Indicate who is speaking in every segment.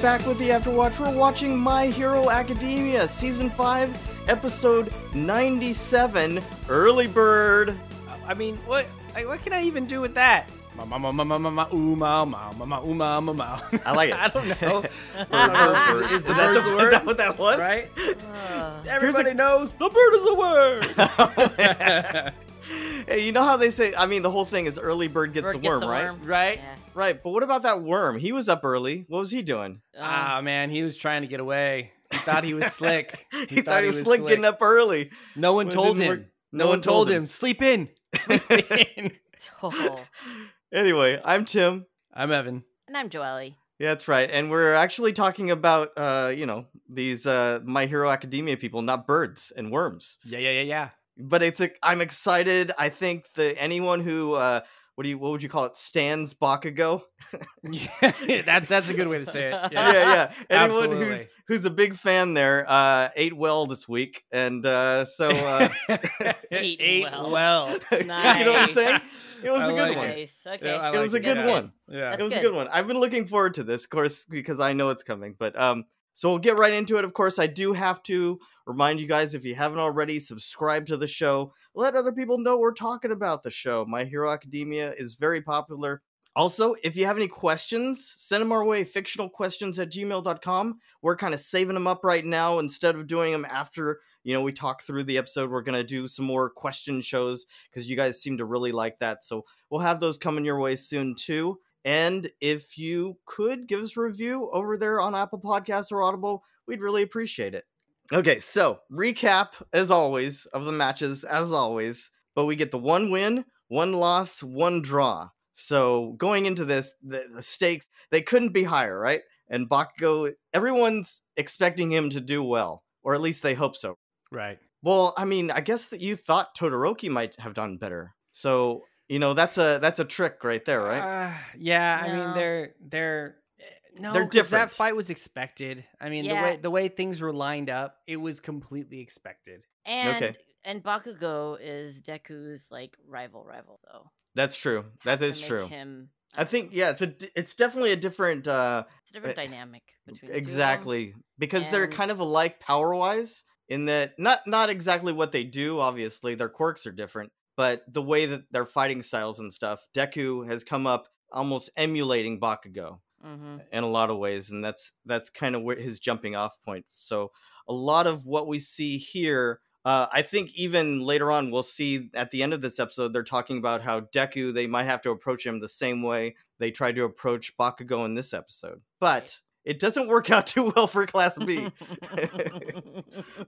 Speaker 1: back with the Afterwatch. We're watching My Hero Academia, Season 5, Episode 97, Early Bird.
Speaker 2: I mean, what like, what can I even do with that? Ma ma ma ma ma ma ma ooh ma ma ma ma ooh ma ma ma.
Speaker 1: I like it.
Speaker 2: I don't know.
Speaker 1: Bird,
Speaker 2: I don't
Speaker 1: bird,
Speaker 2: know.
Speaker 1: bird.
Speaker 2: Is, is the
Speaker 1: that
Speaker 2: bird the
Speaker 1: Is that
Speaker 2: word?
Speaker 1: what that was?
Speaker 2: Right?
Speaker 3: Ugh.
Speaker 2: Everybody knows the bird is the word.
Speaker 1: Hey, you know how they say, I mean, the whole thing is early bird gets
Speaker 3: Bird
Speaker 1: the
Speaker 3: gets
Speaker 1: worm,
Speaker 3: the
Speaker 1: right?
Speaker 3: worm.
Speaker 2: right?
Speaker 3: Yeah.
Speaker 1: Right, but what about that worm? He was up early. What was he doing?
Speaker 3: Uh,
Speaker 2: Ah man, he was trying to get away. He thought he was slick.
Speaker 1: He, thought, he was slick, getting up early.
Speaker 2: No one
Speaker 1: Well, it
Speaker 2: told
Speaker 1: didn't
Speaker 2: him.
Speaker 1: work.
Speaker 2: No one told him. Sleep in. Sleep in.
Speaker 3: oh.
Speaker 1: Anyway, I'm Tim.
Speaker 2: I'm Evan.
Speaker 3: And I'm Joelle.
Speaker 1: Yeah, that's right. And we're actually talking about, uh, you know, these uh, My Hero Academia people, not birds and worms.
Speaker 2: Yeah, yeah, yeah, yeah.
Speaker 1: but it's a, I'm excited. I think that anyone who uh what do you what would you call it stands Bakugo?
Speaker 2: Yeah, that, that's a good way to say it.
Speaker 1: Yeah,
Speaker 2: Yeah.
Speaker 1: yeah. Anyone who's
Speaker 2: Absolutely.
Speaker 1: who's a big fan there uh ate well this week and uh so uh
Speaker 3: Eat well.
Speaker 2: well.
Speaker 1: you know what I'm
Speaker 3: Nice.
Speaker 1: saying? It was
Speaker 2: I
Speaker 1: a good
Speaker 2: like
Speaker 1: one.
Speaker 2: it.
Speaker 3: Nice. Okay.
Speaker 2: Yeah, I
Speaker 1: It was
Speaker 2: like
Speaker 1: a good
Speaker 2: Yeah.
Speaker 1: one.
Speaker 2: Yeah.
Speaker 1: it
Speaker 3: That's
Speaker 1: was a
Speaker 3: good.
Speaker 1: good one. I've been looking forward to this, of course, because I know it's coming. But um, so we'll get right into it. Of course, I do have to remind you guys if you haven't already, subscribe to the show. Let other people know we're talking about the show. My Hero Academia is very popular. Also, if you have any questions, send them our way, fictionalquestions at gmail.com. We're kind of saving them up right now. Instead of doing them after, you know, we talk through the episode, we're going to do some more question shows because you guys seem to really like that. So we'll have those coming your way soon, too. And if you could give us a review over there on Apple Podcasts or Audible, we'd really appreciate it. Okay, so recap as always of the matches, as always, but we get the one win, one loss, one draw. So going into this, the, the stakes they couldn't be higher, right? And Bakugo, everyone's expecting him to do well, or at least they hope so.
Speaker 2: Right.
Speaker 1: Well, I mean, I guess that you thought Todoroki might have done better, so you know that's a that's a trick right there, right?
Speaker 2: Uh, yeah, I mean
Speaker 3: No.
Speaker 2: they're they're eh, no,
Speaker 1: They're
Speaker 2: 'cause
Speaker 1: different.
Speaker 2: That fight was expected. I mean, the
Speaker 3: Yeah.
Speaker 2: way the way things were lined up, it was completely expected.
Speaker 3: And
Speaker 1: Okay.
Speaker 3: and Bakugo is Deku's like rival rival though.
Speaker 1: That's true. That
Speaker 3: To
Speaker 1: is
Speaker 3: make
Speaker 1: true.
Speaker 3: Him,
Speaker 1: I think yeah, it's a, d- it's definitely a different uh
Speaker 3: it's a different
Speaker 1: Uh,
Speaker 3: dynamic between the two of them.
Speaker 1: exactly because they're
Speaker 3: and-
Speaker 1: kind of alike power wise in that not not exactly what they do obviously their quirks are different but the way that their fighting styles and stuff Deku has come up almost emulating Bakugo
Speaker 3: Mhm.
Speaker 1: in a lot of ways and that's that's kind of where his jumping off point so a lot of what we see here uh, i think even later on we'll see at the end of this episode they're talking about how deku they might have to approach him the same way they tried to approach bakugo in this episode but
Speaker 3: Right.
Speaker 1: it doesn't work out too well for class b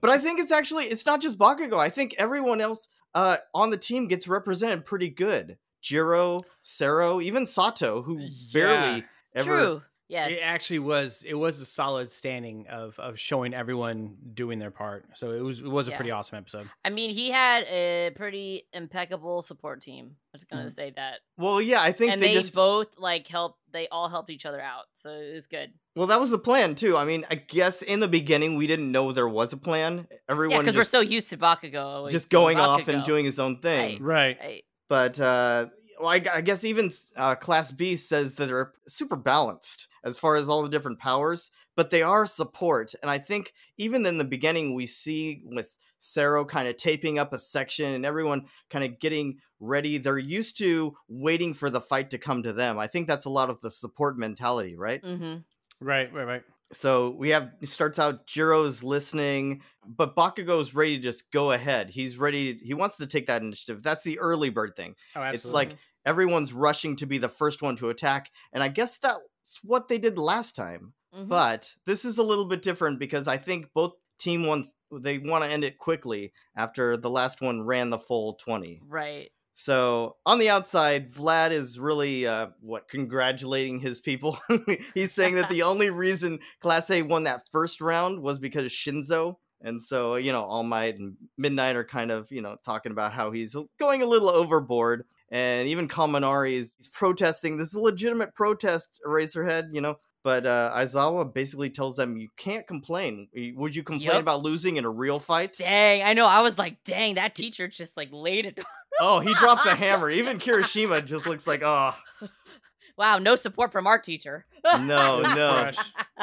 Speaker 1: but i think it's actually it's not just bakugo i think everyone else uh, on the team gets represented pretty good jiro Sero, even sato who barely ever
Speaker 3: True. Yes.
Speaker 2: It actually was it was a solid standing of of showing everyone doing their part. So it was it was a
Speaker 3: Yeah.
Speaker 2: pretty awesome episode.
Speaker 3: I mean, he had a pretty impeccable support team. I'm just gonna say that.
Speaker 1: Well, yeah, Mm-hmm. I think
Speaker 3: and
Speaker 1: they,
Speaker 3: they,
Speaker 1: just
Speaker 3: both like helped. They all helped each other out, so it was good.
Speaker 1: well that was the plan too. I mean, I guess in the beginning we didn't know there was a plan.
Speaker 3: yeah,
Speaker 1: Everyone
Speaker 3: because we're
Speaker 1: just,
Speaker 3: so used to Bakugo always
Speaker 1: just
Speaker 3: being
Speaker 1: going off and
Speaker 3: Bakugo.
Speaker 1: doing his own thing.
Speaker 2: Right.
Speaker 3: Right.
Speaker 1: But uh, well, I, gu- I guess even uh, Class B says that they're super balanced as far as all the different powers, but they are support. And I think even in the beginning we see with Sarah kind of taping up a section and everyone kind of getting ready. They're used to waiting for the fight to come to them. I think that's a lot of the support mentality, right?
Speaker 3: Mm-hmm.
Speaker 2: Right, right, right.
Speaker 1: So we have it starts out Jiro's listening, but Bakugo's ready to just go ahead. He's ready. He wants to take that initiative. That's the early bird thing.
Speaker 2: Oh, absolutely.
Speaker 1: It's like
Speaker 3: Mm-hmm.
Speaker 1: everyone's rushing to be the first one to attack, and I guess that's what they did last time.
Speaker 3: Mm-hmm.
Speaker 1: But this is a little bit different because I think both team wants they want to end it quickly after the last one ran the full twenty.
Speaker 3: right.
Speaker 1: So on the outside, Vlad is really uh, what congratulating his people. He's saying that the only reason Class A won that first round was because Shinzo. And so, you know, All Might and Midnight are kind of, you know, talking about how he's going a little overboard. And even Kaminari is he's protesting. This is a legitimate protest, Eraserhead, you know. But uh, Aizawa basically tells them, you can't complain. Would you complain
Speaker 3: Yup.
Speaker 1: about losing in a real fight?
Speaker 3: Dang, I know. I was like, dang, that teacher just like laid it.
Speaker 1: Oh, he drops a hammer. Even Kirishima just looks like, oh,
Speaker 3: Wow, no support from our teacher.
Speaker 1: No, oh, no.
Speaker 2: Crush.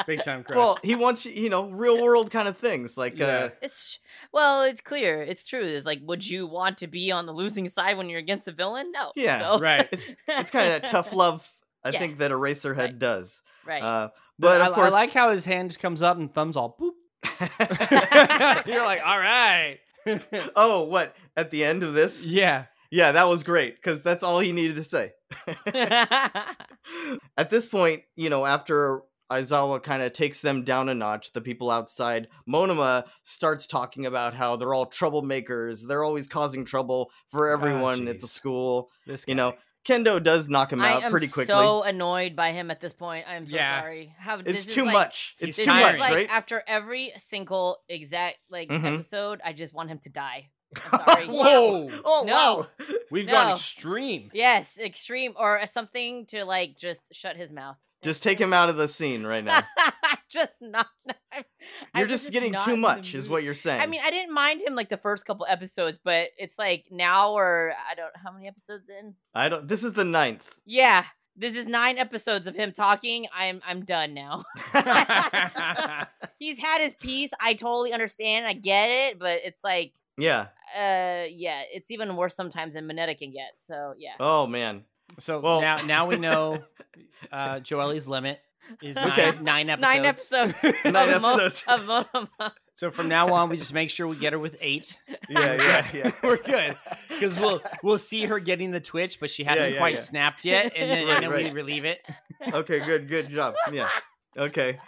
Speaker 2: Big time crush.
Speaker 1: Well, he wants you, you know, real world kind of things like uh,
Speaker 2: Yeah.
Speaker 3: It's well, it's clear, it's true. It's like, would you want to be on the losing side when you're against a villain? No.
Speaker 1: Yeah,
Speaker 3: So-
Speaker 2: right.
Speaker 1: it's kind of that tough love I
Speaker 3: Yeah.
Speaker 1: think that Eraserhead
Speaker 3: Right.
Speaker 1: does.
Speaker 3: right.
Speaker 1: Uh, but
Speaker 2: I,
Speaker 1: of course,
Speaker 2: I like how his hand just comes up and thumbs all boop. You're like, all right.
Speaker 1: oh, what at the end of this? Yeah,
Speaker 2: yeah.
Speaker 1: that was great because that's all he needed to say. At this point, you know, after Aizawa kind of takes them down a notch, the people outside, Monoma starts talking about how they're all troublemakers. They're always causing trouble for everyone at the
Speaker 2: jeez.
Speaker 1: school.
Speaker 2: This
Speaker 1: You
Speaker 2: guy.
Speaker 1: know, Kendo does knock him
Speaker 3: I
Speaker 1: out
Speaker 3: am
Speaker 1: pretty quickly.
Speaker 3: so annoyed by him at this point. I'm so
Speaker 2: Yeah.
Speaker 3: sorry. How
Speaker 1: it's
Speaker 3: this is
Speaker 1: too
Speaker 3: like-
Speaker 1: much. It's
Speaker 2: he's
Speaker 1: too
Speaker 3: this
Speaker 2: tiring.
Speaker 1: much,
Speaker 3: is like
Speaker 1: right?
Speaker 3: after every single exact like
Speaker 1: Mhm.
Speaker 3: episode, I just want him to die. I'm sorry.
Speaker 2: Whoa.
Speaker 1: Oh
Speaker 3: No.
Speaker 1: wow!
Speaker 2: We've
Speaker 3: No.
Speaker 2: gone extreme.
Speaker 3: Yes, extreme or something to like just shut his mouth.
Speaker 1: Just take him out of the scene right now.
Speaker 3: just not. I'm- I
Speaker 1: You're
Speaker 3: was
Speaker 1: just getting
Speaker 3: not
Speaker 1: too
Speaker 3: in the
Speaker 1: much, is
Speaker 3: mood.
Speaker 1: what you're saying.
Speaker 3: I mean, I didn't mind him like the first couple episodes, but it's like now or I don't how many episodes in.
Speaker 1: I don't. This is the ninth.
Speaker 3: Yeah, this is nine episodes of him talking. I'm I'm done now. He's had his piece. I totally understand. I get it, but it's like,
Speaker 1: yeah.
Speaker 3: uh, yeah, it's even worse sometimes than Mineta can get. So yeah,
Speaker 1: Oh man.
Speaker 2: so
Speaker 1: Well-
Speaker 2: now now we know uh Joelle's limit is nine,
Speaker 1: Okay.
Speaker 2: nine episodes.
Speaker 3: nine episodes.
Speaker 1: Nine
Speaker 3: of Mo-
Speaker 1: episodes.
Speaker 3: of Monoma.
Speaker 2: So from now on we just make sure we get her with eight.
Speaker 1: Yeah, yeah, yeah.
Speaker 2: We're good. Because we'll we'll see her getting the twitch, but she
Speaker 1: Yeah,
Speaker 2: hasn't
Speaker 1: yeah,
Speaker 2: quite
Speaker 1: yeah.
Speaker 2: snapped yet, and then,
Speaker 1: Right,
Speaker 2: and then we
Speaker 1: right.
Speaker 2: relieve it.
Speaker 1: Okay, good, good job. Yeah. Okay.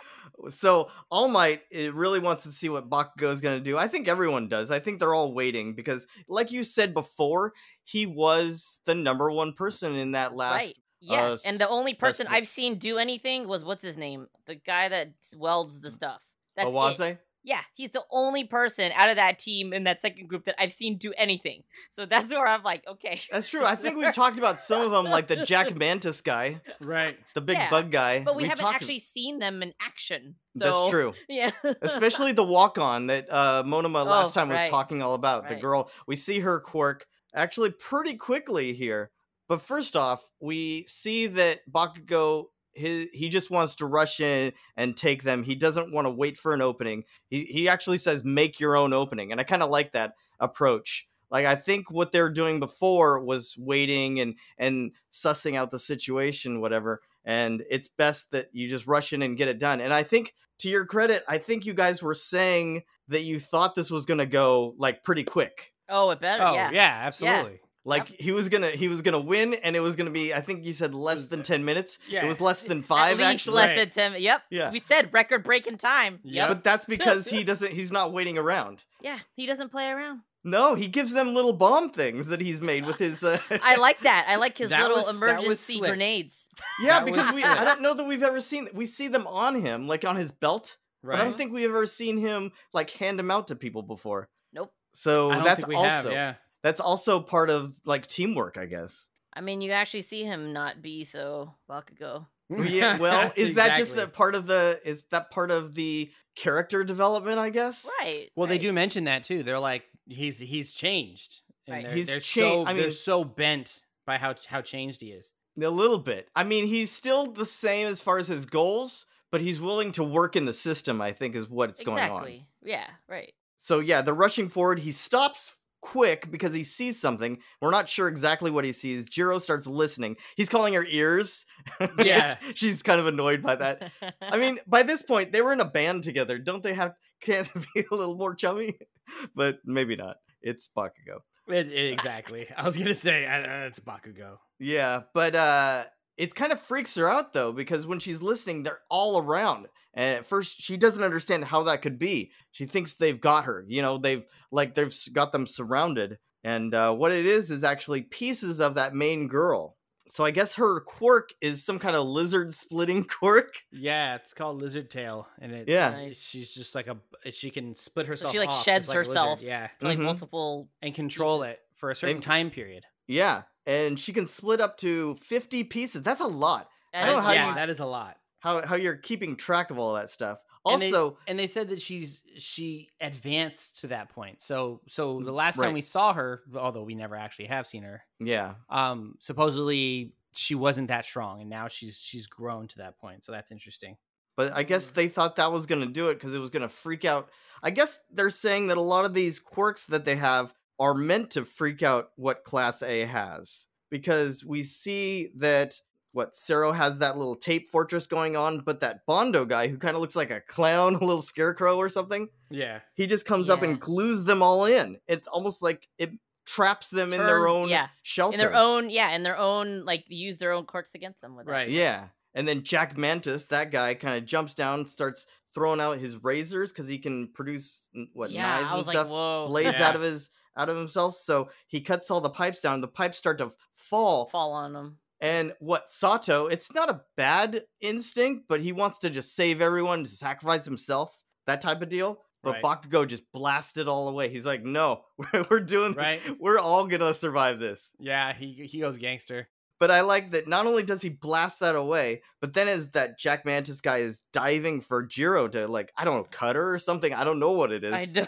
Speaker 1: So All Might it really wants to see what Bakugo is going to do. I think everyone does. I think they're all waiting because, like you said before, he was the number one person in that last.
Speaker 3: Right. Yeah,
Speaker 1: uh,
Speaker 3: and the only person
Speaker 1: the-
Speaker 3: I've seen do anything was what's his name, the guy that s- welds the stuff. That's it.
Speaker 1: Awase?
Speaker 3: Yeah, he's the only person out of that team in that second group that I've seen do anything. So that's where I'm like, okay,
Speaker 1: That's true. I think we've talked about some of them, like the Jack Mantis guy,
Speaker 2: Right.
Speaker 1: the big
Speaker 3: Yeah,
Speaker 1: bug guy.
Speaker 3: but we
Speaker 1: We've
Speaker 3: haven't
Speaker 1: talked-
Speaker 3: actually seen them in action. So,
Speaker 1: That's true.
Speaker 3: Yeah,
Speaker 1: especially the walk on that uh Monoma last time was
Speaker 3: Oh, right,
Speaker 1: talking all about the
Speaker 3: right.
Speaker 1: girl we see her quirk actually pretty quickly here but first off we see that Bakugo he, he just wants to rush in and take them he doesn't want to wait for an opening he, he actually says make your own opening and I kind of like that approach like I think what they're doing before was waiting and and sussing out the situation whatever and it's best that you just rush in and get it done and I think to your credit, I think you guys were saying that you thought this was gonna go like pretty quick.
Speaker 3: Oh, it better.
Speaker 2: Oh yeah,
Speaker 3: yeah.
Speaker 2: absolutely.
Speaker 1: Like he was gonna he was gonna win, and it was gonna be. I think you said less than ten minutes.
Speaker 2: Yeah.
Speaker 1: It was less than
Speaker 3: At
Speaker 1: five
Speaker 3: least
Speaker 1: actually.
Speaker 3: less
Speaker 2: Right.
Speaker 3: than ten. Yep.
Speaker 1: Yeah.
Speaker 3: We said record breaking time.
Speaker 2: Yeah.
Speaker 3: Yep.
Speaker 1: But that's because he doesn't. He's not waiting around.
Speaker 3: yeah. He doesn't play around.
Speaker 1: No, he gives them little bomb things that he's made with his. Uh,
Speaker 3: I like that. I like his
Speaker 2: That
Speaker 3: little
Speaker 2: was- that was
Speaker 3: emergency
Speaker 2: slick.
Speaker 3: grenades.
Speaker 1: yeah,
Speaker 2: that
Speaker 1: because
Speaker 2: was
Speaker 1: we. I
Speaker 2: sick.
Speaker 1: don't know that we've ever seen. We see them on him, like on his belt,
Speaker 2: Right.
Speaker 1: but I don't think we've ever seen him like hand them out to people before.
Speaker 3: Nope.
Speaker 1: So
Speaker 2: I don't
Speaker 1: that's
Speaker 2: think we
Speaker 1: also
Speaker 2: have, yeah.
Speaker 1: that's also part of like teamwork, I guess.
Speaker 3: I mean, you actually see him not be so Bakugo.
Speaker 1: yeah, well, is that just
Speaker 2: Exactly.
Speaker 1: that part of the is that part of the character development, I guess?
Speaker 3: Right.
Speaker 2: Well, they
Speaker 3: right.
Speaker 2: do mention that too. They're like, he's he's changed. And
Speaker 3: Right.
Speaker 2: they're,
Speaker 1: He's
Speaker 2: they're
Speaker 1: cha-
Speaker 2: So,
Speaker 1: I
Speaker 2: they're
Speaker 1: mean-
Speaker 2: so bent by how how changed he is.
Speaker 1: A little bit. I mean, he's still the same as far as his goals, but he's willing to work in the system, I think is what's
Speaker 3: exactly.
Speaker 1: going on.
Speaker 3: Yeah. Right.
Speaker 1: So yeah, they're rushing forward. He stops quick because he sees something. We're not sure exactly what he sees. Jiro starts listening. He's calling her ears.
Speaker 2: Yeah.
Speaker 1: She's kind of annoyed by that. I mean, by this point, they were in a band together. Don't they have can't they be a little more chummy? But maybe not. It's Bakugo.
Speaker 2: It- it- exactly. I was gonna say I, uh, it's Bakugo.
Speaker 1: Yeah, but uh it kind of freaks her out though because when she's listening, they're all around. And at first, she doesn't understand how that could be. She thinks they've got her. You know, they've like they've s- got them surrounded. And uh, what it is is actually pieces of that main girl. So I guess her quirk is some kind of lizard splitting quirk.
Speaker 2: Yeah, it's called Lizard Tail, and it,
Speaker 1: Yeah.
Speaker 3: Nice.
Speaker 2: she's just like a she can split herself.
Speaker 3: like,
Speaker 2: off just
Speaker 3: sheds
Speaker 2: like a lizard,
Speaker 3: herself.
Speaker 2: Yeah,
Speaker 3: So, like
Speaker 1: Mhm.
Speaker 3: multiple.
Speaker 2: and control
Speaker 3: Jesus.
Speaker 2: it for a certain
Speaker 1: And-
Speaker 2: time period.
Speaker 1: Yeah, and she can split up to fifty pieces. That's a lot. I
Speaker 3: that
Speaker 1: don't
Speaker 3: is
Speaker 1: know how
Speaker 3: a
Speaker 1: you-
Speaker 2: yeah,
Speaker 3: lot.
Speaker 2: that is a lot.
Speaker 1: How how you're keeping track of all that stuff?
Speaker 2: And they-
Speaker 1: Also,
Speaker 2: and they said that she's she advanced to that point. So so the
Speaker 1: Mm,
Speaker 2: last
Speaker 1: right.
Speaker 2: time we saw her, although we never actually have seen her,
Speaker 1: yeah,
Speaker 2: um supposedly she wasn't that strong, and now she's she's grown to that point. So that's interesting.
Speaker 1: But I
Speaker 2: Mm.
Speaker 1: guess they thought that was going to do it because it was going to freak out. I guess they're saying that a lot of these quirks that they have are meant to freak out what Class A has because we see that what Cero has that little tape fortress going on, but that Bondo guy who kind of looks like a clown, a little scarecrow or something,
Speaker 2: Yeah,
Speaker 1: he just comes up
Speaker 3: Yeah.
Speaker 1: and glues them all in. It's almost like it traps them in their
Speaker 2: Turn-
Speaker 1: own
Speaker 3: yeah.
Speaker 1: shelter.
Speaker 3: in their own yeah in their own like use their own quirks against them with it.
Speaker 2: right.
Speaker 1: Yeah. And then Jack Mantis, that guy, kind of jumps down, starts throwing out his razors because he can produce n- what
Speaker 3: yeah,
Speaker 1: knives
Speaker 3: I
Speaker 1: and
Speaker 3: was
Speaker 1: stuff,
Speaker 3: like, whoa,
Speaker 1: blades
Speaker 2: Yeah.
Speaker 1: out of his out of himself. So he cuts all the pipes down. The pipes start to fall.
Speaker 3: fall on them.
Speaker 1: And what Sato? It's not a bad instinct, but he wants to just save everyone, to sacrifice himself, that type of deal. But
Speaker 2: Right.
Speaker 1: Bakugo just blasts it all away. He's like, "No, we're doing this.
Speaker 2: Right.
Speaker 1: We're all gonna survive this."
Speaker 2: Yeah, he he goes gangster.
Speaker 1: But I like that not only does he blast that away, but then as that Jack Mantis guy is diving for Jiro to like, I don't know, cut her or something. I don't know what it is.
Speaker 3: I do.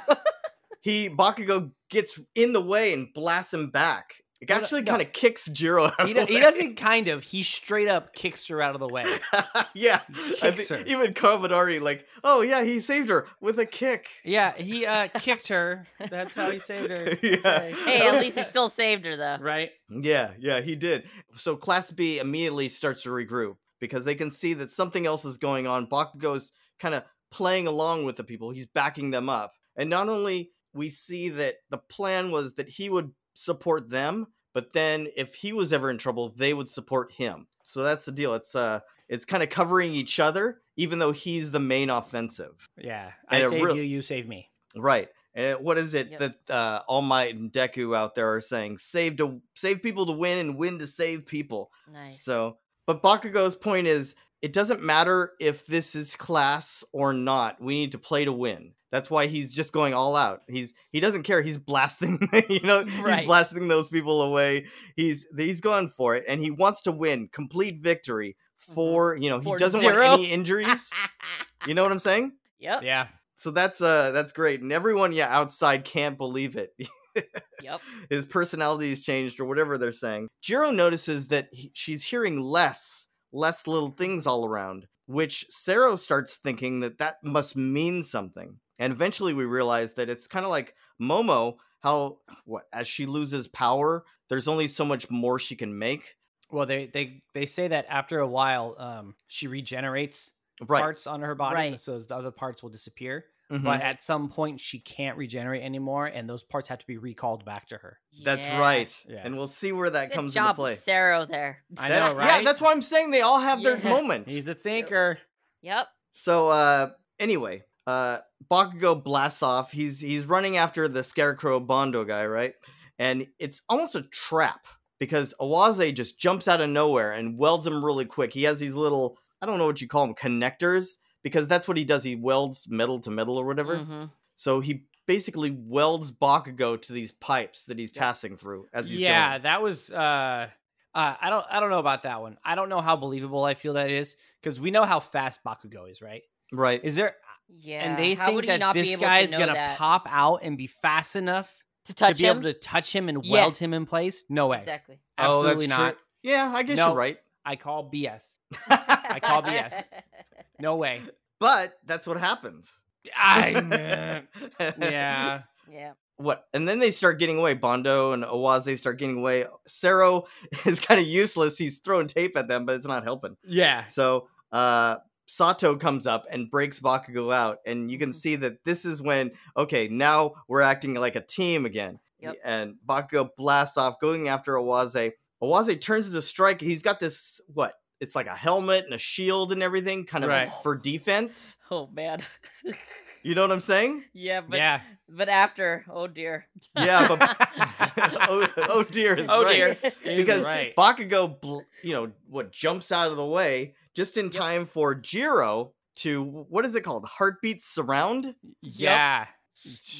Speaker 1: He Bakugo gets in the way and blasts him back. It
Speaker 2: No, no,
Speaker 1: actually
Speaker 2: no.
Speaker 1: kind of kicks Jiro out.
Speaker 2: He,
Speaker 1: of
Speaker 2: do,
Speaker 1: the
Speaker 2: he
Speaker 1: way.
Speaker 2: doesn't kind of. He straight up kicks her out of the way.
Speaker 1: yeah. I
Speaker 2: Kicks
Speaker 1: think
Speaker 2: her.
Speaker 1: even Kaminari, like, oh yeah, he saved her with a kick.
Speaker 2: Yeah, he uh kicked her. That's how he saved her.
Speaker 1: Yeah.
Speaker 2: Okay.
Speaker 3: hey, at least he still saved her though.
Speaker 2: right.
Speaker 1: Yeah, yeah, he did. So Class B immediately starts to regroup because they can see that something else is going on. Bakugo's kind of playing along with the people, he's backing them up. And not only we see that the plan was that he would support them, but then if he was ever in trouble, they would support him. So that's the deal. It's uh it's kind of covering each other, even though he's the main offensive.
Speaker 2: Yeah.
Speaker 1: And
Speaker 2: I
Speaker 1: it
Speaker 2: save
Speaker 1: real-
Speaker 2: you, you save me.
Speaker 1: Right. And what is it
Speaker 3: Yep.
Speaker 1: that uh, All Might and Deku out there are saying? Save to save people to win and win to save people.
Speaker 3: Nice.
Speaker 1: So, but Bakugo's point is it doesn't matter if this is class or not. We need to play to win. That's why he's just going all out. He's he doesn't care. He's blasting, you know, he's
Speaker 3: Right.
Speaker 1: blasting those people away. He's he's going for it and he wants to win, complete victory for, you know, he
Speaker 3: For
Speaker 1: doesn't
Speaker 3: Mm-hmm. zero.
Speaker 1: want any injuries. you know what I'm saying?
Speaker 3: yep.
Speaker 2: Yeah.
Speaker 1: So that's uh that's great. And everyone yeah outside can't believe it.
Speaker 3: Yep.
Speaker 1: His personality has changed or whatever they're saying. Jiro notices that he, she's hearing less less little things all around, which Sero starts thinking that that must mean something. And eventually we realize that it's kind of like Momo how what as she loses power, there's only so much more she can make.
Speaker 2: Well, they they they say that after a while, um, she regenerates
Speaker 1: Right.
Speaker 2: parts on her body,
Speaker 3: Right.
Speaker 2: so the other parts will disappear.
Speaker 1: Mhm.
Speaker 2: But at some point, she can't regenerate anymore, and those parts have to be recalled back to her.
Speaker 1: That's
Speaker 3: Yeah.
Speaker 1: right.
Speaker 2: Yeah.
Speaker 1: And we'll see where that
Speaker 3: Good
Speaker 1: comes
Speaker 3: job,
Speaker 1: into play.
Speaker 3: Sarah there.
Speaker 2: I
Speaker 1: That-
Speaker 2: know, right?
Speaker 1: Yeah, that's why I'm saying they all have their
Speaker 3: Yeah.
Speaker 1: moment.
Speaker 2: He's a thinker.
Speaker 3: Yep.
Speaker 1: So uh anyway, uh Bakugo blasts off. He's he's running after the scarecrow Bondo guy, right? And it's almost a trap because Awaze just jumps out of nowhere and welds him really quick. He has these little I don't know what you call them connectors because that's what he does. He welds metal to metal or whatever.
Speaker 2: Mm-hmm.
Speaker 3: Mhm.
Speaker 1: So he basically welds Bakugo to these pipes that he's
Speaker 2: Yeah.
Speaker 1: passing through as he's
Speaker 2: yeah,
Speaker 1: going.
Speaker 2: that was. Uh, uh, I don't. I don't know about that one. I don't know how believable I feel that is because we know how fast Bakugo is, right?
Speaker 1: Right.
Speaker 2: Is there?
Speaker 3: Yeah.
Speaker 2: and they
Speaker 3: How would
Speaker 2: think
Speaker 3: he
Speaker 2: that
Speaker 3: not be
Speaker 2: this
Speaker 3: able
Speaker 2: guy is
Speaker 3: to know
Speaker 2: gonna
Speaker 3: that?
Speaker 2: pop out and be fast enough
Speaker 3: to touch
Speaker 2: to be
Speaker 3: him.
Speaker 2: able to touch him and
Speaker 3: Yeah.
Speaker 2: weld him in place. No way.
Speaker 3: Exactly.
Speaker 1: Oh, that's
Speaker 2: Absolutely
Speaker 1: true.
Speaker 2: not.
Speaker 1: Yeah, I guess
Speaker 2: No.
Speaker 1: you're right.
Speaker 2: I call BS. I call BS. No way.
Speaker 1: but that's what happens.
Speaker 2: I. yeah.
Speaker 3: yeah.
Speaker 1: what and then they start getting away bondo and owaze start getting away Cero is kind of useless he's throwing tape at them but it's not helping
Speaker 2: Yeah.
Speaker 1: so uh sato comes up and breaks bakugo out and you can
Speaker 3: Mhm.
Speaker 2: Mm-hmm.
Speaker 1: see that this is when okay now we're acting like a team again
Speaker 3: Yep.
Speaker 1: and bakugo blasts off going after owaze owaze turns to strike he's got this what it's like a helmet and a shield and everything kind of
Speaker 2: Right.
Speaker 1: for defense
Speaker 3: Oh man.
Speaker 1: you know what i'm saying
Speaker 3: yeah, but
Speaker 2: yeah.
Speaker 3: but after, oh dear.
Speaker 1: yeah but oh, oh dear is
Speaker 2: Oh
Speaker 1: right.
Speaker 2: dear.
Speaker 1: because
Speaker 2: right.
Speaker 1: Bakugo, bl- you know, what jumps out of the way just in time for Jiro to what is it called? Heartbeat surround.
Speaker 2: yeah.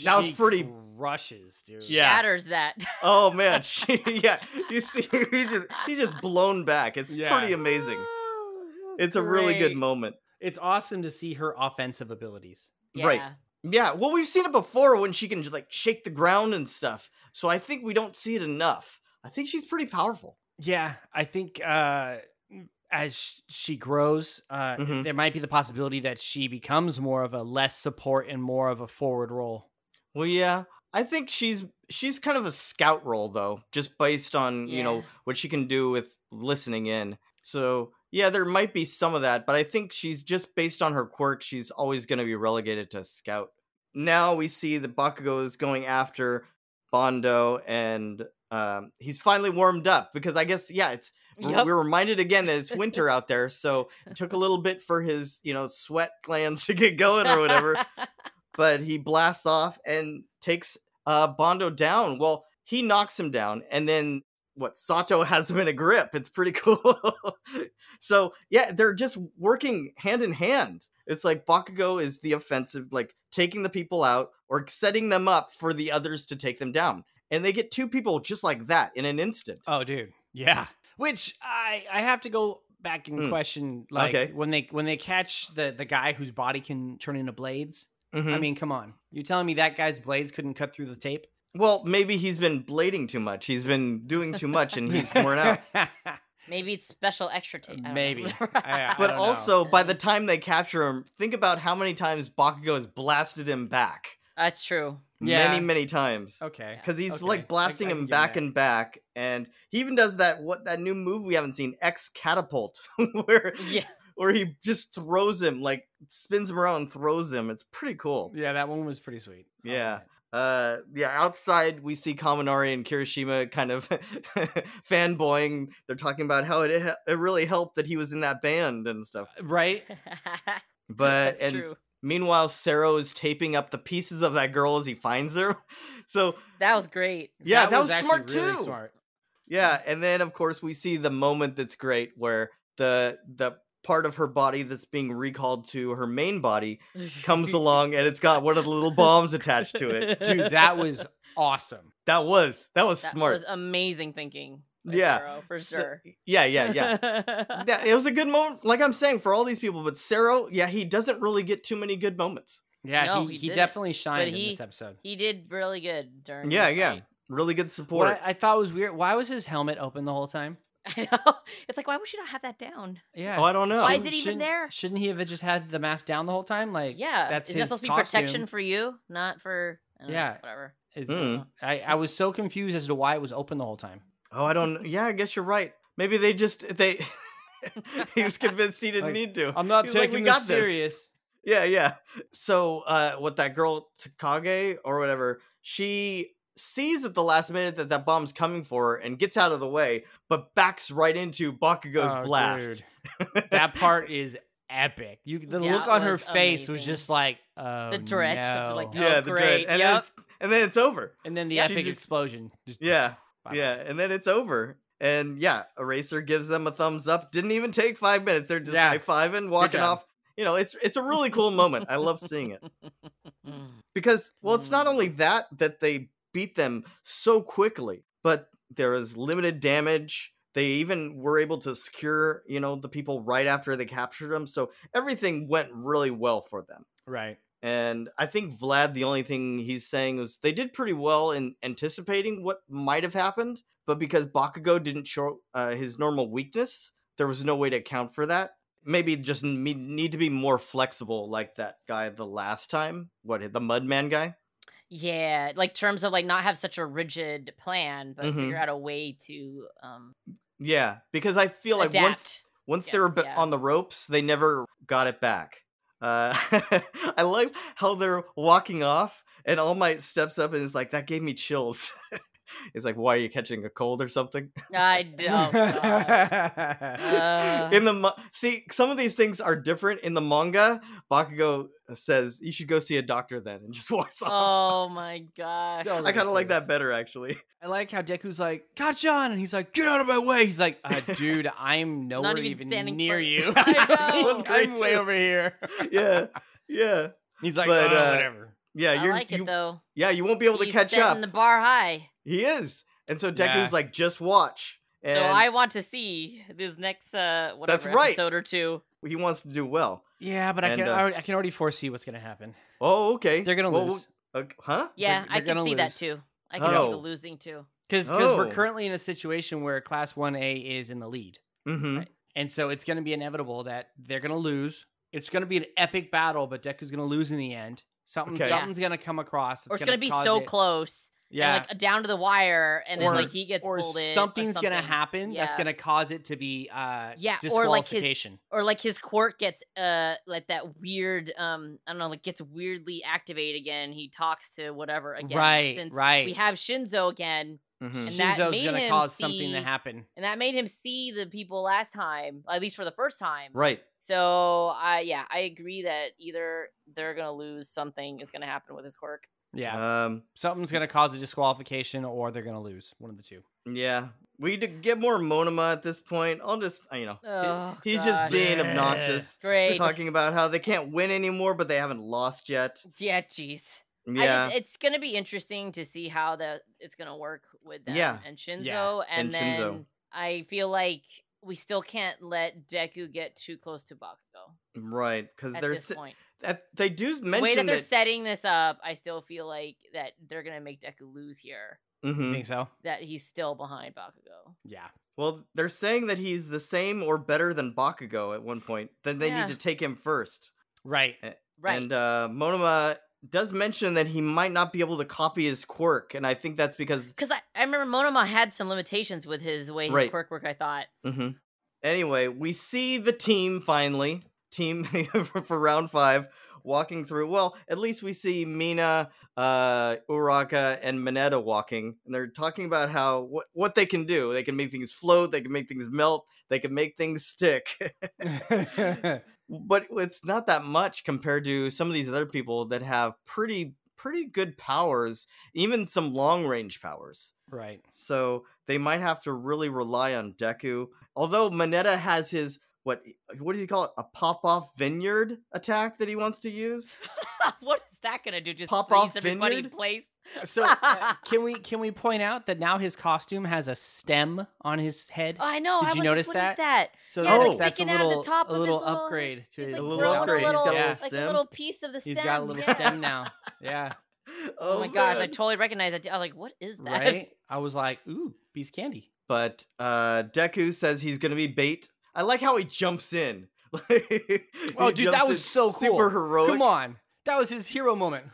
Speaker 1: That was
Speaker 2: She
Speaker 1: pretty-
Speaker 2: crushes, dude.
Speaker 1: Yeah.
Speaker 3: Shatters that.
Speaker 1: Oh man, she, yeah. You see, he just he's just blown back. It's pretty
Speaker 2: Yeah.
Speaker 1: amazing.
Speaker 3: Oh, that was
Speaker 1: It's a really good
Speaker 3: great.
Speaker 1: moment.
Speaker 2: It's awesome to see her offensive abilities.
Speaker 1: Right.
Speaker 3: Yeah.
Speaker 1: Yeah, well, we've seen it before when she can like shake the ground and stuff. So I think we don't see it enough. I think she's pretty powerful.
Speaker 2: Yeah, I think uh, m- as sh- she grows, uh,
Speaker 1: Mhm.
Speaker 2: there might be the possibility that she becomes more of a less support and more of a forward role.
Speaker 1: Well, yeah, I think she's she's kind of a scout role though, just based on you know
Speaker 3: Yeah.
Speaker 1: what she can do with listening in. So yeah, there might be some of that, but I think she's just based on her quirk, she's always going to be relegated to scout. Now we see that Bakugo is going after Bondo, and um, he's finally warmed up because I guess yeah, it's we're-
Speaker 3: Yep.
Speaker 1: we're reminded again that it's winter out there, so it took a little bit for his you know sweat glands to get going or whatever but he blasts off and takes uh, Bondo down. Well, he knocks him down, and then what? Sato has him in a grip. It's pretty cool. so yeah, they're just working hand in hand. It's like Bakugo is the offensive, like taking the people out or setting them up for the others to take them down, and they get two people just like that in an instant.
Speaker 2: Oh, dude, yeah. Which I I have to go back and
Speaker 1: Mm.
Speaker 2: question like
Speaker 1: Okay.
Speaker 2: when they when they catch the the guy whose body can turn into blades. I
Speaker 1: Mhm.
Speaker 2: mean, come on, you telling me that guy's blades couldn't cut through the tape?
Speaker 1: well, maybe he's been blading too much. He's been doing too much, and he's worn out.
Speaker 3: Maybe it's special extra tape. I don't know.
Speaker 2: Maybe. I- I
Speaker 1: But
Speaker 2: don't know.
Speaker 1: also, by the
Speaker 3: Uh,
Speaker 1: time they capture him, think about how many times Bakugo has blasted him back.
Speaker 3: that's true.
Speaker 2: Yeah.
Speaker 1: Many, many times.
Speaker 2: okay,
Speaker 1: Because he's
Speaker 2: okay. I-
Speaker 1: like blasting
Speaker 2: I can
Speaker 1: him
Speaker 2: give
Speaker 1: back
Speaker 2: that.
Speaker 1: and back, and he even does that what that new move we haven't seen, X catapult, where
Speaker 3: Yeah.
Speaker 1: where he just throws him, like spins him around, and throws him. It's pretty cool.
Speaker 2: yeah, that one was pretty sweet. I'll
Speaker 1: Yeah.
Speaker 2: admit.
Speaker 1: Uh, yeah. Outside, we see Kaminari and Kirishima kind of fanboying. They're talking about how it it really helped that he was in that band and stuff.
Speaker 2: Uh, right?
Speaker 1: But
Speaker 3: That's
Speaker 1: and
Speaker 3: true.
Speaker 1: Meanwhile, Saro is taping up the pieces of that girl as he finds her. So
Speaker 3: That was great.
Speaker 1: yeah, that, was,
Speaker 2: actually
Speaker 1: smart
Speaker 2: really
Speaker 1: too.
Speaker 2: Smart.
Speaker 1: Yeah, and then of course we see the moment that's great where the the part of her body that's being recalled to her main body comes along and it's got one of the little bombs attached to it.
Speaker 2: dude that was awesome
Speaker 1: That was that was
Speaker 3: That
Speaker 1: smart.
Speaker 3: was amazing thinking. by
Speaker 1: Yeah,
Speaker 3: Zoro, for
Speaker 1: So-
Speaker 3: sure.
Speaker 1: yeah, yeah, yeah.
Speaker 3: yeah.
Speaker 1: Yeah, it was a good moment, like I'm saying, for all these people. But Saro, yeah, he doesn't really get too many good moments.
Speaker 2: yeah
Speaker 3: No,
Speaker 2: he,
Speaker 3: he
Speaker 2: he,
Speaker 3: didn't,
Speaker 2: definitely shined in
Speaker 3: he-
Speaker 2: this episode
Speaker 3: he did really good during.
Speaker 1: Yeah,
Speaker 3: the
Speaker 1: yeah.
Speaker 3: fight.
Speaker 1: Really good
Speaker 2: what
Speaker 1: support.
Speaker 2: I, I thought was weird why was his helmet open the whole time
Speaker 3: I know. It's like, why would she not have that down?
Speaker 2: yeah
Speaker 1: Oh, I don't know.
Speaker 3: Why is
Speaker 2: shouldn't-
Speaker 3: it even
Speaker 2: shouldn't-
Speaker 3: there?
Speaker 2: shouldn't he have just had the mask down the whole time like
Speaker 3: Yeah,
Speaker 2: that's
Speaker 3: is
Speaker 2: his
Speaker 3: that supposed to be
Speaker 2: costume.
Speaker 3: protection for you, not for? I don't know,
Speaker 2: Yeah.
Speaker 3: whatever.
Speaker 2: Is-
Speaker 1: Mm.
Speaker 2: I, I was so confused as to why it was open the whole time
Speaker 1: Oh, I don't. Yeah, I guess you're right. Maybe they just they. he was convinced he didn't
Speaker 2: Like, oh.
Speaker 1: need to.
Speaker 2: i'm not
Speaker 1: He's like,
Speaker 2: taking
Speaker 1: "We
Speaker 2: this
Speaker 1: got this."
Speaker 2: serious
Speaker 1: Yeah, yeah. So, uh, what that girl Takage or whatever, she sees at the last minute that that bomb's coming for her and gets out of the way, but backs right into Bakugo's
Speaker 2: Oh,
Speaker 1: blast.
Speaker 2: dude, that part is epic you the
Speaker 3: Yeah,
Speaker 2: look
Speaker 3: it
Speaker 2: on her
Speaker 3: was
Speaker 2: face was
Speaker 3: amazing.
Speaker 2: just like oh,
Speaker 3: The dread, so I'm just like,
Speaker 2: no.
Speaker 3: "Oh,
Speaker 1: yeah, the dread,
Speaker 3: great,
Speaker 1: and then
Speaker 3: yep.
Speaker 1: it's and then it's over.
Speaker 2: and then the
Speaker 1: Yeah. She
Speaker 2: epic
Speaker 1: just-
Speaker 2: explosion just
Speaker 1: Yeah,
Speaker 2: bye-bye.
Speaker 1: yeah, and then it's over. And yeah, Eraser gives them a thumbs up. Didn't even take five minutes. They're just
Speaker 2: Yeah.
Speaker 1: high fiving, walking
Speaker 2: job.
Speaker 1: off. You know, it's it's a really cool moment. I love seeing it.
Speaker 3: Mm.
Speaker 1: because well it's not
Speaker 3: Mm.
Speaker 1: only that that they beat them so quickly but there is limited damage they even were able to secure you know the people right after they captured them so everything went really well for them
Speaker 2: right
Speaker 1: and i think vlad the only thing he's saying was they did pretty well in anticipating what might have happened but because bakugo didn't show uh, his normal weakness there was no way to account for that maybe just me- need to be more flexible like that guy the last time what the mudman guy
Speaker 3: Yeah, like terms of like not have such a rigid plan, but
Speaker 1: Mhm.
Speaker 3: figure out a way to um
Speaker 1: Yeah, because I feel like
Speaker 3: adapt.
Speaker 1: once once they were
Speaker 3: Yes,
Speaker 1: b-
Speaker 3: yeah.
Speaker 1: on the ropes, they never got it back. Uh, I like how they're walking off, and All Might steps up and is like, "That gave me chills." It's like, "Why are you catching a cold or something?"
Speaker 3: I do. Oh, God. Uh.
Speaker 1: in the mo- see, some of these things are different. In the manga, Bakugo says, "You should go see a doctor then," and just walks off.
Speaker 3: oh my gosh.
Speaker 2: So
Speaker 1: I kind of like
Speaker 2: ridiculous.
Speaker 1: that better, actually.
Speaker 2: I like how Deku's like, gotcha, and he's like, get out of my way. He's like, uh, dude, I'm nowhere
Speaker 3: even
Speaker 2: even,
Speaker 3: standing
Speaker 2: near
Speaker 3: for-
Speaker 2: you.
Speaker 3: I
Speaker 2: I'm-
Speaker 3: know. That was
Speaker 1: great,
Speaker 2: I'm way
Speaker 1: too.
Speaker 2: over here.
Speaker 1: Yeah, yeah,
Speaker 2: He's like,
Speaker 1: But,
Speaker 2: "Uh,
Speaker 1: uh,
Speaker 2: whatever.
Speaker 1: yeah.
Speaker 3: I
Speaker 1: you're,
Speaker 3: like
Speaker 1: you-
Speaker 3: it though.
Speaker 1: Yeah, you won't be able to
Speaker 3: He's
Speaker 1: catch
Speaker 3: setting
Speaker 1: up.
Speaker 3: the bar high.
Speaker 1: He is. And so Deku's
Speaker 2: Yeah.
Speaker 1: like, just watch. And
Speaker 3: so I want to see this next uh whatever
Speaker 1: That's right.
Speaker 3: episode or two.
Speaker 1: he wants to do well.
Speaker 2: Yeah, but I
Speaker 1: and,
Speaker 2: can,
Speaker 1: uh,
Speaker 2: already, I can already foresee what's going to happen.
Speaker 1: Oh, okay.
Speaker 2: They're going to
Speaker 1: Well,
Speaker 2: lose.
Speaker 1: okay, Huh?
Speaker 3: Yeah, I
Speaker 2: they're
Speaker 3: can
Speaker 2: gonna
Speaker 3: see that
Speaker 2: lose.
Speaker 3: too. I can see
Speaker 1: Oh.
Speaker 3: the losing too.
Speaker 2: because we're
Speaker 1: Oh.
Speaker 2: currently in a situation where Class One A is in the lead,
Speaker 1: Mm-hmm.
Speaker 3: Right.
Speaker 2: and so it's going to be inevitable that they're going to lose. It's going to be an epic battle, but Deku's going to lose in the end. Something,
Speaker 1: Okay.
Speaker 3: Yeah.
Speaker 2: something's going to come across.
Speaker 3: or it's
Speaker 2: gonna
Speaker 3: gonna be
Speaker 2: cause
Speaker 3: so
Speaker 2: it-
Speaker 3: close.
Speaker 2: Yeah,
Speaker 3: And like down to the wire, and then
Speaker 2: Or-
Speaker 3: like he gets
Speaker 2: or
Speaker 3: pulled in. or
Speaker 2: something's going to
Speaker 3: something.
Speaker 2: happen that's
Speaker 3: Yeah.
Speaker 2: going to cause it to be uh,
Speaker 3: Yeah, or like his
Speaker 2: disqualification.
Speaker 3: or like his quirk gets uh like that weird um I don't know like gets weirdly activated again. He talks to whatever again.
Speaker 2: Right,
Speaker 3: Since We
Speaker 2: right.
Speaker 3: have Shinzo again,
Speaker 1: Mm-hmm.
Speaker 3: his- and that
Speaker 2: Shinzo's
Speaker 3: made
Speaker 2: going to
Speaker 3: him
Speaker 2: cause something to
Speaker 3: see-
Speaker 2: happen.
Speaker 3: and that made him see the people last time, at least for the first time.
Speaker 1: Right.
Speaker 3: So I yeah, I agree that either they're gonna lose, something is gonna happen with his quirk.
Speaker 2: Yeah,
Speaker 1: Um.
Speaker 2: something's going to cause a disqualification, or they're going to lose. One of the two.
Speaker 1: Yeah. We need to get more Monoma at this point. I'll just, uh, you know, he-
Speaker 3: Oh,
Speaker 1: he's
Speaker 3: gosh.
Speaker 1: just being
Speaker 2: Yeah.
Speaker 1: obnoxious. They're
Speaker 3: Great.
Speaker 1: talking about how they can't win anymore, but they haven't lost yet.
Speaker 3: yeah, jeez. I
Speaker 1: Yeah.
Speaker 3: just, it's gonna be interesting to see how the it's gonna work with them
Speaker 1: Yeah.
Speaker 3: and Shinzo,
Speaker 1: and
Speaker 3: and,
Speaker 1: Shinzo.
Speaker 3: then I feel like we still can't let Deku get too close to Bakugo
Speaker 1: Right, because
Speaker 3: at
Speaker 1: they're
Speaker 3: this
Speaker 1: se-
Speaker 3: point.
Speaker 1: that they do
Speaker 3: The
Speaker 1: mention
Speaker 3: way that they're
Speaker 1: that.
Speaker 3: setting this up, I still feel like that they're gonna make Deku lose here.
Speaker 2: You
Speaker 1: Mhm.
Speaker 2: think so?
Speaker 3: That he's still behind Bakugo.
Speaker 2: Yeah.
Speaker 1: Well, they're saying that he's the same or better than Bakugo at one point. Then they
Speaker 3: Yeah.
Speaker 1: need to take him first.
Speaker 2: Right.
Speaker 3: Right.
Speaker 1: And uh, Monoma does mention that he might not be able to copy his quirk, and I think that's because.
Speaker 3: Because I, I remember Monoma had some limitations with his way his
Speaker 1: Right.
Speaker 3: quirk work. I thought
Speaker 1: Mhm. Anyway, we see the team finally, team for- for round five, walking through. Well, at least we see Mina, uh, Uraka, and Mineta walking, and they're talking about how what what they can do. They can make things float. They can make things melt. They can make things stick.
Speaker 2: Eh.
Speaker 1: but it's not that much compared to some of these other people that have pretty pretty good powers, even some long range powers.
Speaker 2: right.
Speaker 1: So they might have to really rely on Deku. Although Mineta has his what e, what do you call it? A pop off vineyard attack that he wants to use.
Speaker 3: what is that gonna do? Just
Speaker 1: Pop
Speaker 3: freeze
Speaker 1: off
Speaker 3: everybody in
Speaker 1: vineyard?
Speaker 3: place.
Speaker 2: So uh, can we can we point out that now his costume has a stem on his head?
Speaker 3: Oh, I know.
Speaker 2: Did
Speaker 3: I
Speaker 2: you
Speaker 3: was
Speaker 2: notice
Speaker 3: like,
Speaker 2: that?
Speaker 3: What is that?
Speaker 2: So
Speaker 1: Yeah,
Speaker 2: that's,
Speaker 1: it's
Speaker 2: that's a
Speaker 3: sticking out of the
Speaker 2: little
Speaker 3: top of
Speaker 2: a
Speaker 3: his
Speaker 2: little
Speaker 3: little-
Speaker 2: upgrade to
Speaker 3: It's
Speaker 2: his
Speaker 3: like
Speaker 1: a
Speaker 3: growing
Speaker 1: little
Speaker 3: a
Speaker 1: upgrade. He's
Speaker 3: little,
Speaker 1: got a little
Speaker 3: like a
Speaker 1: stem.
Speaker 3: little piece of the stem.
Speaker 2: He's got a little
Speaker 3: yeah.
Speaker 2: stem now. Yeah.
Speaker 3: Oh, my gosh, I totally recognize that. I was like, what is that?
Speaker 2: Right. I was like, ooh, bees candy.
Speaker 1: but uh, Deku says he's gonna be bait. I like how he jumps in. oh,
Speaker 2: Oh, dude, that was so cool.
Speaker 1: Super heroic.
Speaker 2: Come on. That was his hero moment.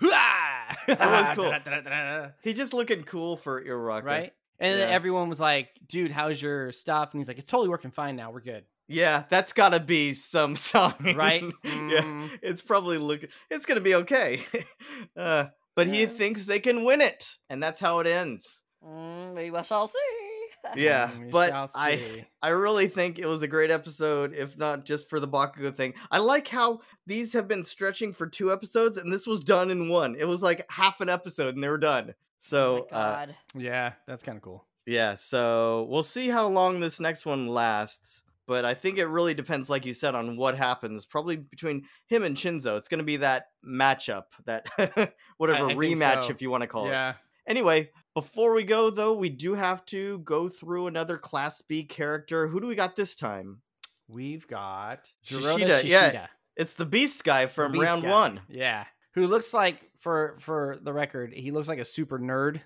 Speaker 1: was
Speaker 2: That
Speaker 1: cool. He just looking cool for Iraq.
Speaker 2: Right? And then
Speaker 1: Yeah.
Speaker 2: everyone was like, dude, how's your stuff? And he's like, it's totally working fine now. We're good.
Speaker 1: Yeah, that's gotta be some sign.
Speaker 2: Right?
Speaker 1: yeah.
Speaker 2: Mm.
Speaker 1: it's probably look it's gonna be okay uh, but he
Speaker 3: Yeah.
Speaker 1: thinks they can win it and that's how it ends
Speaker 3: Mm, we shall see.
Speaker 1: yeah
Speaker 2: We shall
Speaker 1: but i
Speaker 2: see.
Speaker 1: i really think it was a great episode if not just for the bakugo thing i like how these have been stretching for two episodes and this was done in one it was like half an episode and they were done
Speaker 3: Oh,
Speaker 1: so
Speaker 3: my
Speaker 1: uh,
Speaker 3: God.
Speaker 2: Yeah, that's kind of cool.
Speaker 1: yeah so we'll see how long this next one lasts but i think it really depends like you said on what happens probably between him and shinzo it's going to be that matchup that whatever
Speaker 2: I think
Speaker 1: rematch
Speaker 2: so.
Speaker 1: if you want to call it
Speaker 2: Yeah.
Speaker 1: Anyway, before we go though, we do have to go through another Class B character. Who do we got this time?
Speaker 2: We've got
Speaker 1: Shishida,
Speaker 2: Jirota
Speaker 1: yeah, It's the Beast guy from
Speaker 2: Beast
Speaker 1: round
Speaker 2: guy.
Speaker 1: one.
Speaker 2: Yeah. Who looks like for for the record, he looks like a super nerd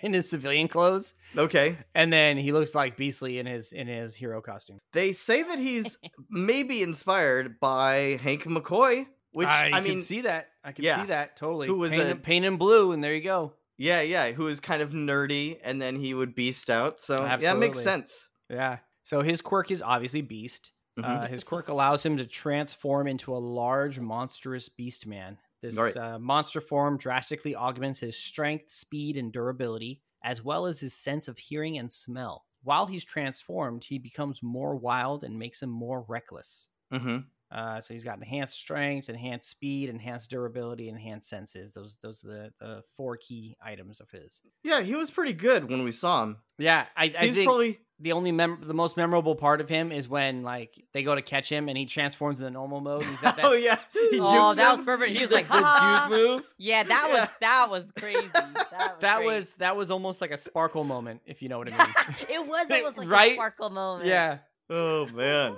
Speaker 2: in his civilian clothes.
Speaker 1: Okay.
Speaker 2: And then he looks like Beastly in his in his hero costume.
Speaker 1: They say that he's maybe inspired by Hank McCoy, which I, mean,
Speaker 2: can see that. I can
Speaker 1: yeah.
Speaker 2: see that totally.
Speaker 1: Who was
Speaker 2: paint,
Speaker 1: a-
Speaker 2: in- paint in blue, and there you go.
Speaker 1: yeah, yeah, who is kind of nerdy, and then he would beast out. So yeah, that makes
Speaker 2: Absolutely.
Speaker 1: sense.
Speaker 2: Yeah. So his quirk is obviously beast.
Speaker 1: Mhm.
Speaker 2: Uh, his quirk allows him to transform into a large, monstrous beast man. This
Speaker 1: Right.
Speaker 2: uh, monster form drastically augments his strength, speed, and durability, as well as his sense of hearing and smell. While he's transformed, he becomes more wild and makes him more reckless.
Speaker 1: Mhm.
Speaker 2: Uh, so he's got enhanced strength, enhanced speed, enhanced durability, enhanced senses. Those those are the, the four key items of his.
Speaker 1: Yeah, he was pretty good when we saw him.
Speaker 2: Yeah, I, I
Speaker 1: He's
Speaker 2: think
Speaker 1: probably
Speaker 2: the only mem- the most memorable part of him is when like they go to catch him and he transforms in the normal mode. And he's at that,
Speaker 1: oh yeah, he
Speaker 3: oh,
Speaker 1: jukes
Speaker 3: that
Speaker 1: him.
Speaker 3: was perfect. He was like,
Speaker 2: the juke
Speaker 3: "Ha-ha."
Speaker 2: move.
Speaker 3: yeah, that was
Speaker 1: Yeah.
Speaker 3: that was crazy. That was
Speaker 2: That
Speaker 3: crazy.
Speaker 2: was that was almost like a sparkle moment, if you know what I
Speaker 3: it was almost like
Speaker 2: Right?
Speaker 3: a sparkle moment.
Speaker 2: mean. yeah.
Speaker 1: Oh man.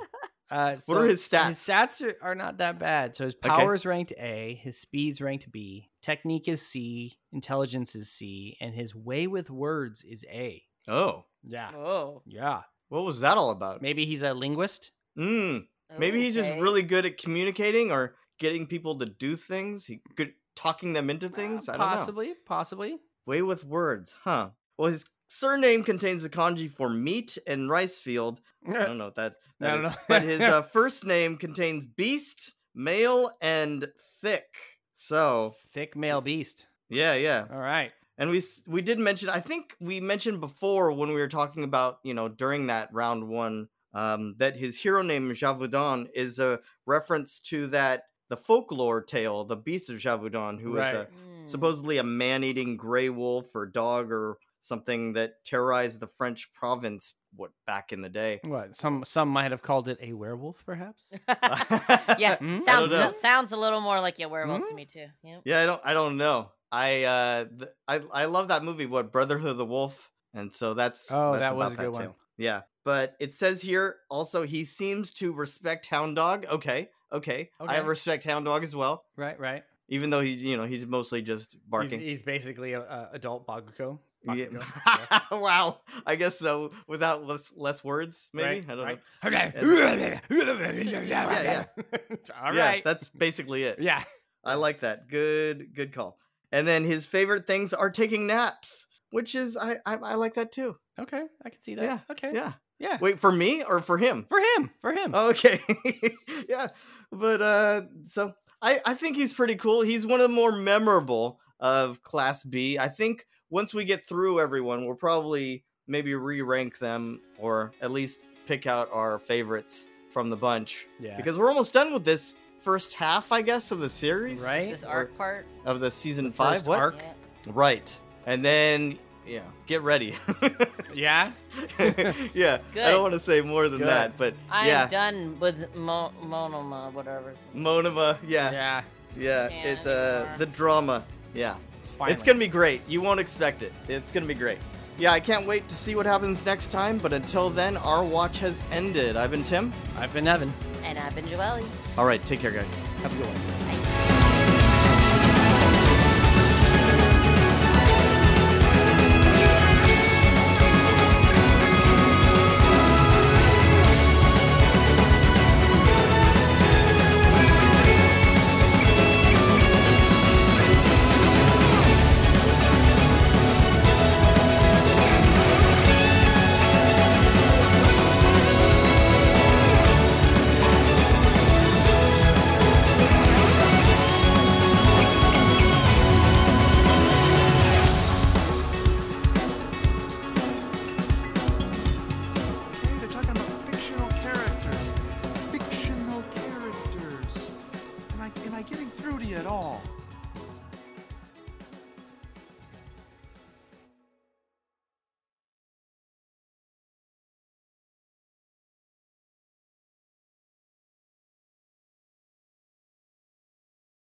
Speaker 2: Uh,
Speaker 1: What are his stats?
Speaker 2: His stats are, are not that bad. So his
Speaker 1: Okay.
Speaker 2: power is ranked A, his speed's ranked B, Technique is C, intelligence is C, and his way with words is A.
Speaker 1: Oh,
Speaker 2: Yeah.
Speaker 3: Oh.
Speaker 2: Yeah.
Speaker 1: what was that all about?
Speaker 2: Maybe he's a linguist.
Speaker 1: Mm, maybe he's just
Speaker 3: okay.
Speaker 1: really good at communicating or getting people to do things. He good talking them into things.
Speaker 2: Uh,
Speaker 1: I don't know.
Speaker 2: possibly, possibly.
Speaker 1: Way with words, huh? Well, his surname contains the kanji for meat and rice field. I don't know what that. that
Speaker 2: I don't
Speaker 1: is,
Speaker 2: know.
Speaker 1: but his uh, first name contains beast, male, and thick. So
Speaker 2: Thick male beast.
Speaker 1: yeah, yeah.
Speaker 2: All right.
Speaker 1: And we s- we did mention. I think we mentioned before when we were talking about you know during that round one um, that his hero name Javudon is a reference to that the folklore tale, the beast of Javudon, who is
Speaker 2: Right.
Speaker 1: a
Speaker 3: Mm.
Speaker 1: supposedly a man-eating gray wolf or dog or something that terrorized the French province what back in the day.
Speaker 2: What some some might have called it a werewolf, perhaps.
Speaker 3: yeah,
Speaker 2: Hmm? I
Speaker 3: sounds
Speaker 1: uh, know.
Speaker 3: sounds a little more like a werewolf to
Speaker 2: Hmm?
Speaker 3: me too. Yep.
Speaker 1: yeah, I don't I don't know. I uh th- I I love that movie what Brotherhood of the Wolf and so that's
Speaker 2: Oh,
Speaker 1: that's
Speaker 2: that was
Speaker 1: about
Speaker 2: a good
Speaker 1: too.
Speaker 2: one.
Speaker 1: Yeah. But it says here also he seems to respect Hound Dog. Okay. Okay. I
Speaker 2: Okay.
Speaker 1: respect Hound Dog as well.
Speaker 2: Right, right.
Speaker 1: Even though he, you know, he's mostly just
Speaker 2: He's, e,
Speaker 1: barking.
Speaker 2: he's basically a, a adult Bakugo.
Speaker 1: Yeah.
Speaker 2: Bakugo.
Speaker 1: wow. I guess so. Without less less words, maybe. I don't know.
Speaker 2: yeah, All
Speaker 1: yeah,
Speaker 2: right.
Speaker 1: that's basically it.
Speaker 2: Yeah.
Speaker 1: I like that. Good, good call. And then his favorite things are taking naps, which is I I, I like that too.
Speaker 2: Okay, I can see that.
Speaker 1: Yeah,
Speaker 2: Okay.
Speaker 1: Yeah. Oh,
Speaker 2: Yeah.
Speaker 1: Wait for me or for him?
Speaker 2: For him. For him.
Speaker 1: Okay. yeah. But uh, so I I think he's pretty cool. He's one of the more memorable of Class B. I think once we get through everyone, we'll probably maybe re-rank them or at least pick out our favorites from the bunch
Speaker 2: yeah.
Speaker 1: because we're almost done with this first half, I guess, of the series.
Speaker 2: Right.
Speaker 3: Is this arc part?
Speaker 1: of the season five.
Speaker 2: first
Speaker 1: What?
Speaker 2: arc.
Speaker 3: Yeah.
Speaker 1: Right, and then yeah, get ready.
Speaker 2: yeah.
Speaker 1: yeah, I
Speaker 3: Good.
Speaker 1: don't want to say more than
Speaker 2: Good.
Speaker 1: that, but
Speaker 3: I'm
Speaker 1: yeah,
Speaker 3: done with Mo- Monoma, whatever.
Speaker 1: Monoma. Yeah,
Speaker 2: Yeah.
Speaker 1: yeah,
Speaker 3: Can't
Speaker 1: it's uh
Speaker 3: anymore.
Speaker 1: the drama. Yeah,
Speaker 2: Finally.
Speaker 1: it's gonna be great. You won't expect it. It's gonna be great. Yeah, I can't wait to see what happens next time. But until then, our watch has ended. I've been Tim.
Speaker 2: I've been Evan.
Speaker 3: And I've been Joelle.
Speaker 1: All right, take care, guys.
Speaker 2: Have a good one.
Speaker 4: Okay, they're talking about fictional characters. Fictional characters. Am I, am I getting through to you at all?